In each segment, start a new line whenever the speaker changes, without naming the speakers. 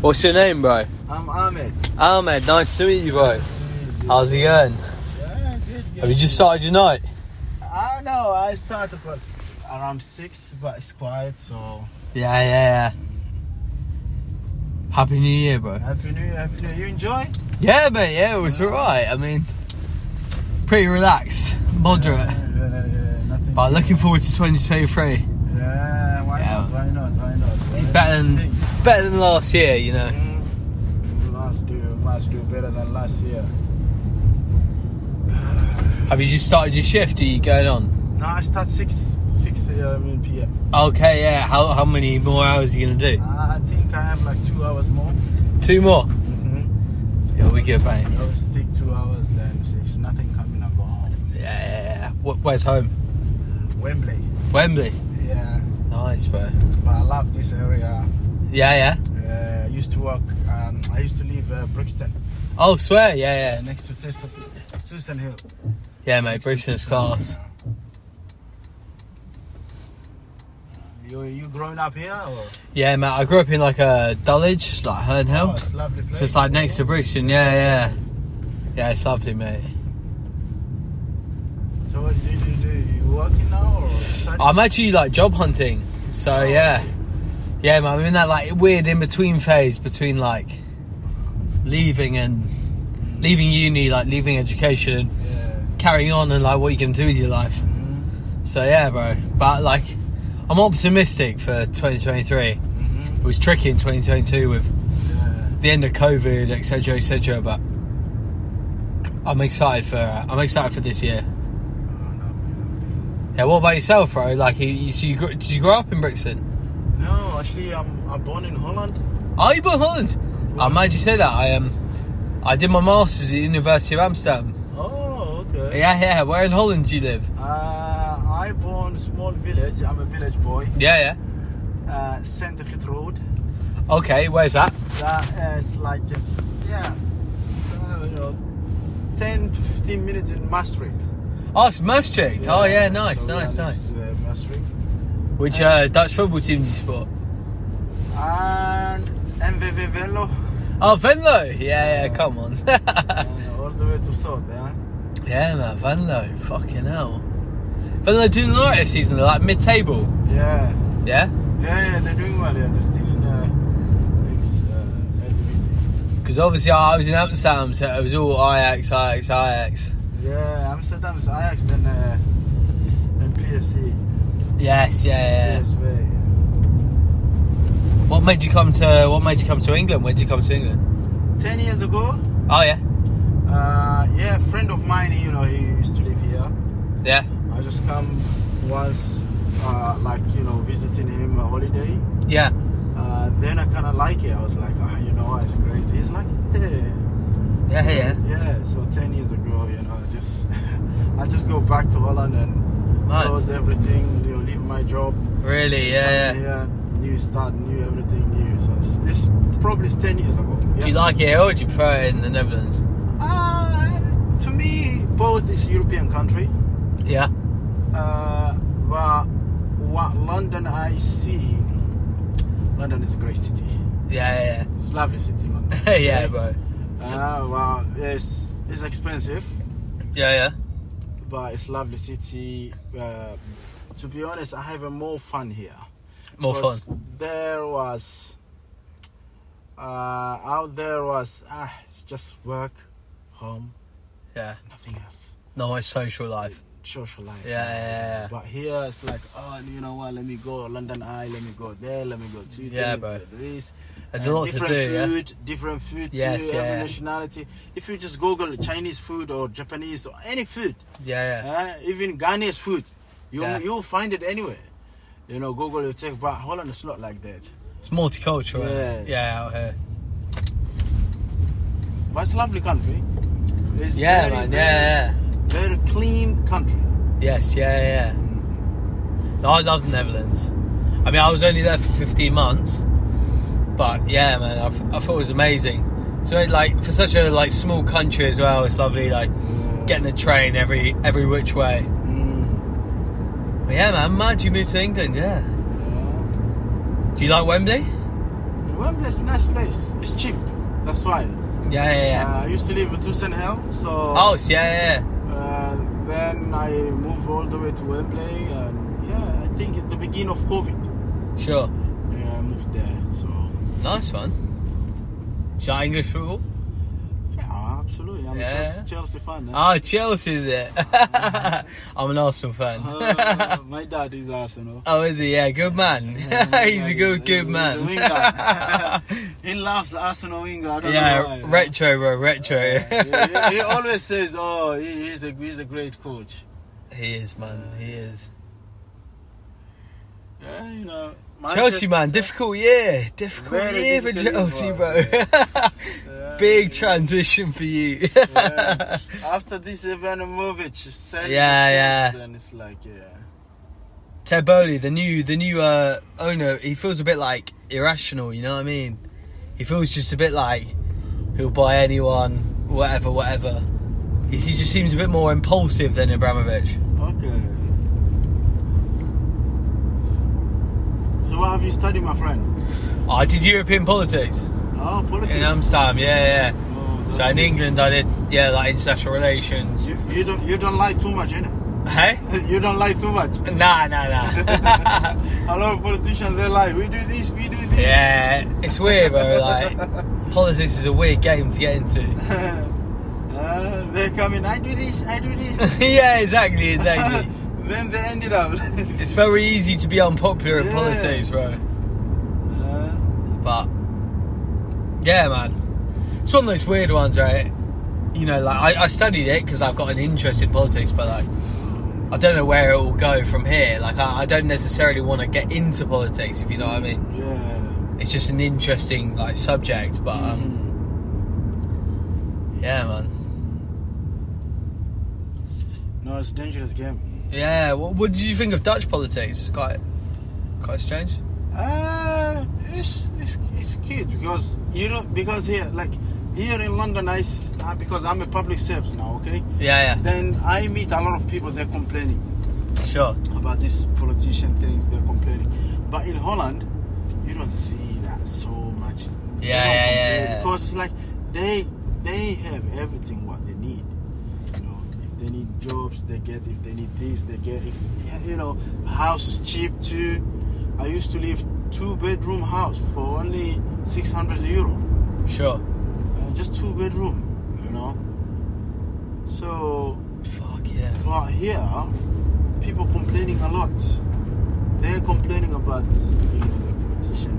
What's your name, bro?
I'm Ahmed.
Ahmed, Oh, nice to meet you, bro. How's it going?
Yeah, good, good.
Have you just started your night?
I don't know. I started about s- around six, but it's quiet. So
Yeah, yeah, yeah. Happy New Year, bro.
happy New Year, happy New Year. You enjoy?
Yeah, mate, yeah, it was alright. I mean, pretty relaxed, moderate.
Yeah, yeah, yeah, nothing.
But looking forward to 2023.
yeah, why
Yeah.
not? Why not? Why not?
It's better than- Better than last year, you know.
Mm, Must do, must do better than last year.
Have you just started your shift? Are you going on?
No, I start six, six uh, I mean, p.m.
Okay, yeah. How, how many more hours are you going to do?
I think I have like two hours more.
Two more?
Mm-hmm.
Yeah, we good, mate.
I will stick two hours. Then if there's nothing coming, I'll go home.
Yeah, yeah, yeah. Wh- Where's home?
Wembley.
Wembley.
Yeah,
Nice, bro.
but I love this area.
Yeah, yeah.
Uh, I used to work. Um, I used to live uh, Brixton,
Oh, swear,
uh,
yeah, yeah.
next to Tristan, Tristan Hill. Uh,
Yeah, mate, Brixton's class.
You you growing up here? Or?
Yeah, mate, I grew up in like a Dulwich, like Herne
Oh,
Hill.
it's lovely place.
So it's like next to Brixton, yeah, yeah. Yeah, it's lovely, mate.
So what do you do? You, do? you working now or? studying?
I'm actually like job hunting, so yeah. Yeah, man, I'm in that like weird in between phase between like leaving and leaving uni, like leaving education and
Yeah.
carrying on and like what you can do with your life.
Mhm.
So yeah, bro. But like, I'm optimistic for 2023. It
Mhm.
was tricky in 2022 with
Yeah. Oh,
the end of COVID, etc., etc. But I'm excited for I'm excited for this year.
Oh, lovely, lovely.
Yeah. What about yourself, bro? Like, you, you, so you gr- did you grow up in Brixton?
No, actually, I'm I'm born in Holland.
Are you born in Holland? I'm glad you say that. I um, I did my masters at the University of Amsterdam.
Oh, okay.
Yeah, yeah. Where in Holland do you live?
Uh, I born small village. I'm a village boy.
Yeah,
Uh, Saint Giet Road.
yeah. Okay, where's that?
That is like, uh, yeah, uh, you know, 10 to 15 minutes in Maastricht.
Oh, it's Maastricht. oh, yeah, nice,
so
nice,
yeah, this is,
nice.
uh, Maastricht.
Which uh, Dutch football team do you support?
And MVV Venlo.
Oh, Venlo! Yeah, yeah, come on.
uh, all the way to South, yeah.
yeah, man, Venlo. Fucking hell. Venlo doing alright this season. They're like mid table.
Yeah.
Yeah?
Yeah, yeah, they're doing well, yeah. They're still in uh, next, uh, Eredivisie.
Because obviously I was in Amsterdam, so it was all Ajax, Ajax, Ajax.
Yeah, Amsterdam is Ajax and, uh, and PSC.
Yes, yeah, yeah.
PSV.
What made you come to What made you come to England? When did you come to England?
10 years ago,
Oh yeah,
uh, yeah, a friend of mine, you know, he used to live here.
yeah,
I just come once, uh, like you know, visiting him a holiday.
yeah.
Uh, then I kind of like it. I was like, ah, you know, what, it's great. He's like, hey,
Yeah, yeah.
yeah. So ten years ago, you know, I just I just go back to Holland and
Nice.
close everything. You know, leave my job.
Really, yeah,
come
yeah.
here, new start, new everything, new. So it's, it's probably it's ten years ago.
Do you like it here or do you prefer it in the Netherlands?
Uh, to me, both is European country.
Yeah,
Uh, but what London I see, London is a great city.
yeah,
It's a lovely city, London.
yeah, yeah. yeah, bro.
Uh, well, it's it's expensive,
Yeah, yeah.
but it's lovely city. Uh, to be honest, I have a more fun here.
More fun.
'Cause There was uh, out there was ah, it's just work, home,
Yeah.
nothing else.
No, it's social life.
Social life.
Yeah, yeah, yeah.
But here it's like, oh, you know what? Let me go London Eye. Let me go there. Let me go to
Yeah,
let me
bro.
go This.
There's
And
a lot to
different
do, yeah?
food, Different food.
Yes,
too,
yeah,
Every
yeah.
nationality. If you just Google Chinese food or Japanese or any food,
Yeah, yeah.
uh, even Ghanaian food, you
Yeah.
you'll find it anywhere. You know, Google will take. But Holland is not like that.
It's multicultural. Yeah,
Yeah.
yeah out here.
But it's a lovely country. It's
Yeah,
very,
man.
very,
Yeah,
Very clean country.
yeah. Yes, yeah, yeah. No, I love the Netherlands. I mean, I was only there for 15 months, but yeah, man, I, th- I thought it was amazing. So, like, for such a like small country as well, it's lovely. Like, getting the train every every which way.
Mm,
But yeah, man, mad you moved to England. Yeah.
yeah.
Do you like Wembley?
Wembley's a nice place. It's cheap. That's why.
Yeah, yeah, yeah.
Uh, I used to live in Tucson Hill, so.
oh, s- yeah, yeah, yeah.
Uh, then I moved all the way to Wembley, and yeah, I think it's the beginning of COVID.
Sure.
Yeah, I moved there, so
Nice one. Is that English football?
yeah, absolutely. I'm
Yeah.
a Chelsea, Chelsea fan. eh?
Oh, Chelsea's it. I'm an Arsenal fan.
Uh, my dad is Arsenal.
oh, is he? Yeah, good man.
Yeah,
he's a good,
he's
good
a
man.
winger. he loves Arsenal winger. I don't know why.
yeah,
you know?
retro, bro, retro.
Yeah, he, he always says, "Oh, he, he's a he's a great coach."
he is, man. He is.
Yeah, you know.
Chelsea, man, difficult year. Difficult
Very
year for
difficult
Chelsea,
year,
bro.
Manchester-
Big
yeah,
transition for you.
yeah. After this Ivanovic said,
Yeah, yeah.
Then it's like, yeah,
Ted Bowley, the new the new uh, owner, he feels a bit like irrational. You know what I mean? He feels just a bit like he'll buy anyone, whatever, whatever. He's, he just seems a bit more impulsive than Abramovich.
okay. So what have you studied, my friend?
I Oh, did European politics
Oh, politics.
in Amsterdam. Yeah, yeah.
Oh, that's
So in
good.
England, I did yeah, like international relations.
You, you don't you don't lie too much, innit?
Hey?
You don't lie too much.
Nah, nah, nah.
A lot of politicians they lie. We do this, we do this.
yeah, it's weird, bro. Like politics is a weird game to get into.
Uh, they come in. I do this. I do this.
yeah, exactly, exactly.
then they ended up.
It's very easy to be unpopular in
Yeah.
politics, bro.
Uh,
But yeah, man, it's one of those weird ones, right? You know, like I, I studied it because I've got an interest in politics, but like I don't know where it will go from here. Like I, I don't necessarily want to get into politics, if you know what I mean.
yeah.
It's just an interesting like subject, but um,
Um,
yeah, man.
no, it's a dangerous game.
Yeah, what, what did you think of Dutch politics? Quite, quite strange.
Uh, it's, it's it's good because you know because here like here in London I s- uh, because I'm a public servant now. Okay.
Yeah,
Then I meet a lot of people. They're complaining.
yeah, sure.
about these politician things they're complaining but in holland you don't see that so much They don't
Yeah, yeah, yeah,
complain
yeah.
because it's like they they have everything what they need you know if they need jobs they get if they need this they get if yeah, you know house is cheap too i used to live two bedroom house for only 600 euro
Sure.
uh, just two bedroom you know so
Fuck yeah.
well, here, people complaining a lot. They're complaining about you know, the politician,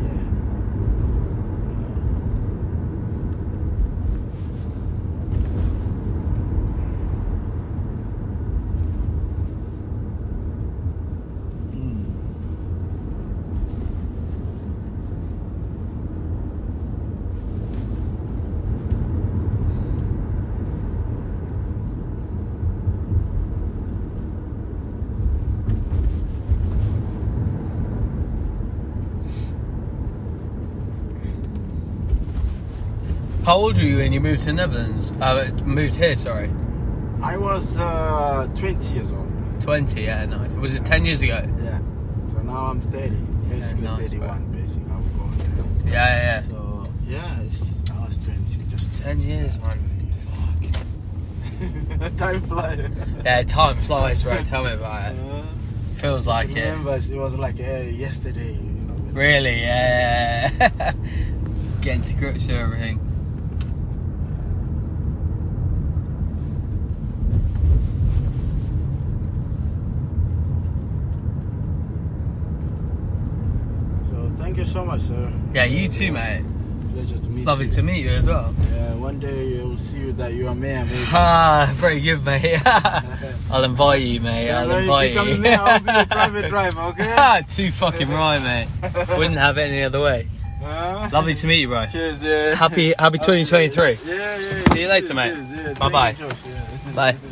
yeah. Mm.
How old were you when you moved to the Netherlands? Uh, moved here, sorry.
I was uh, 20 years old.
20, yeah, nice. Was it 10 years ago?
Yeah. So now I'm 30, basically
nice, bro.
31, basically. I'm going down.
Yeah, yeah,
So, yeah, it's, I was 20, just
yeah. 10 years, man.
Time flies.
Yeah, time flies, right? Tell me about it.
Yeah.
Feels like it.
remember, it was like eh, yesterday. You know,
Really, yeah. Getting to grips with everything.
So thank you so much, sir.
Yeah, you too, mate.
Pleasure to meet
It's lovely
you.
to meet you as well.
Yeah, one day you'll see you that you are mayor. Maybe.
Ah, very good, mate. I'll invite you, mate.
Yeah,
I'll
no, you
invite
become
you.
mayor, I'll be your private driver, okay?
Ah, Too fucking right, mate. Wouldn't have it any other way.
Huh?
Lovely to meet you, bro.
Cheers. Yeah.
Happy, happy 2023.
Yeah, yeah, yeah.
See you later,
Cheers,
mate.
cheers, yeah. Thank
Bye-bye.
you, Josh, yeah.
Bye.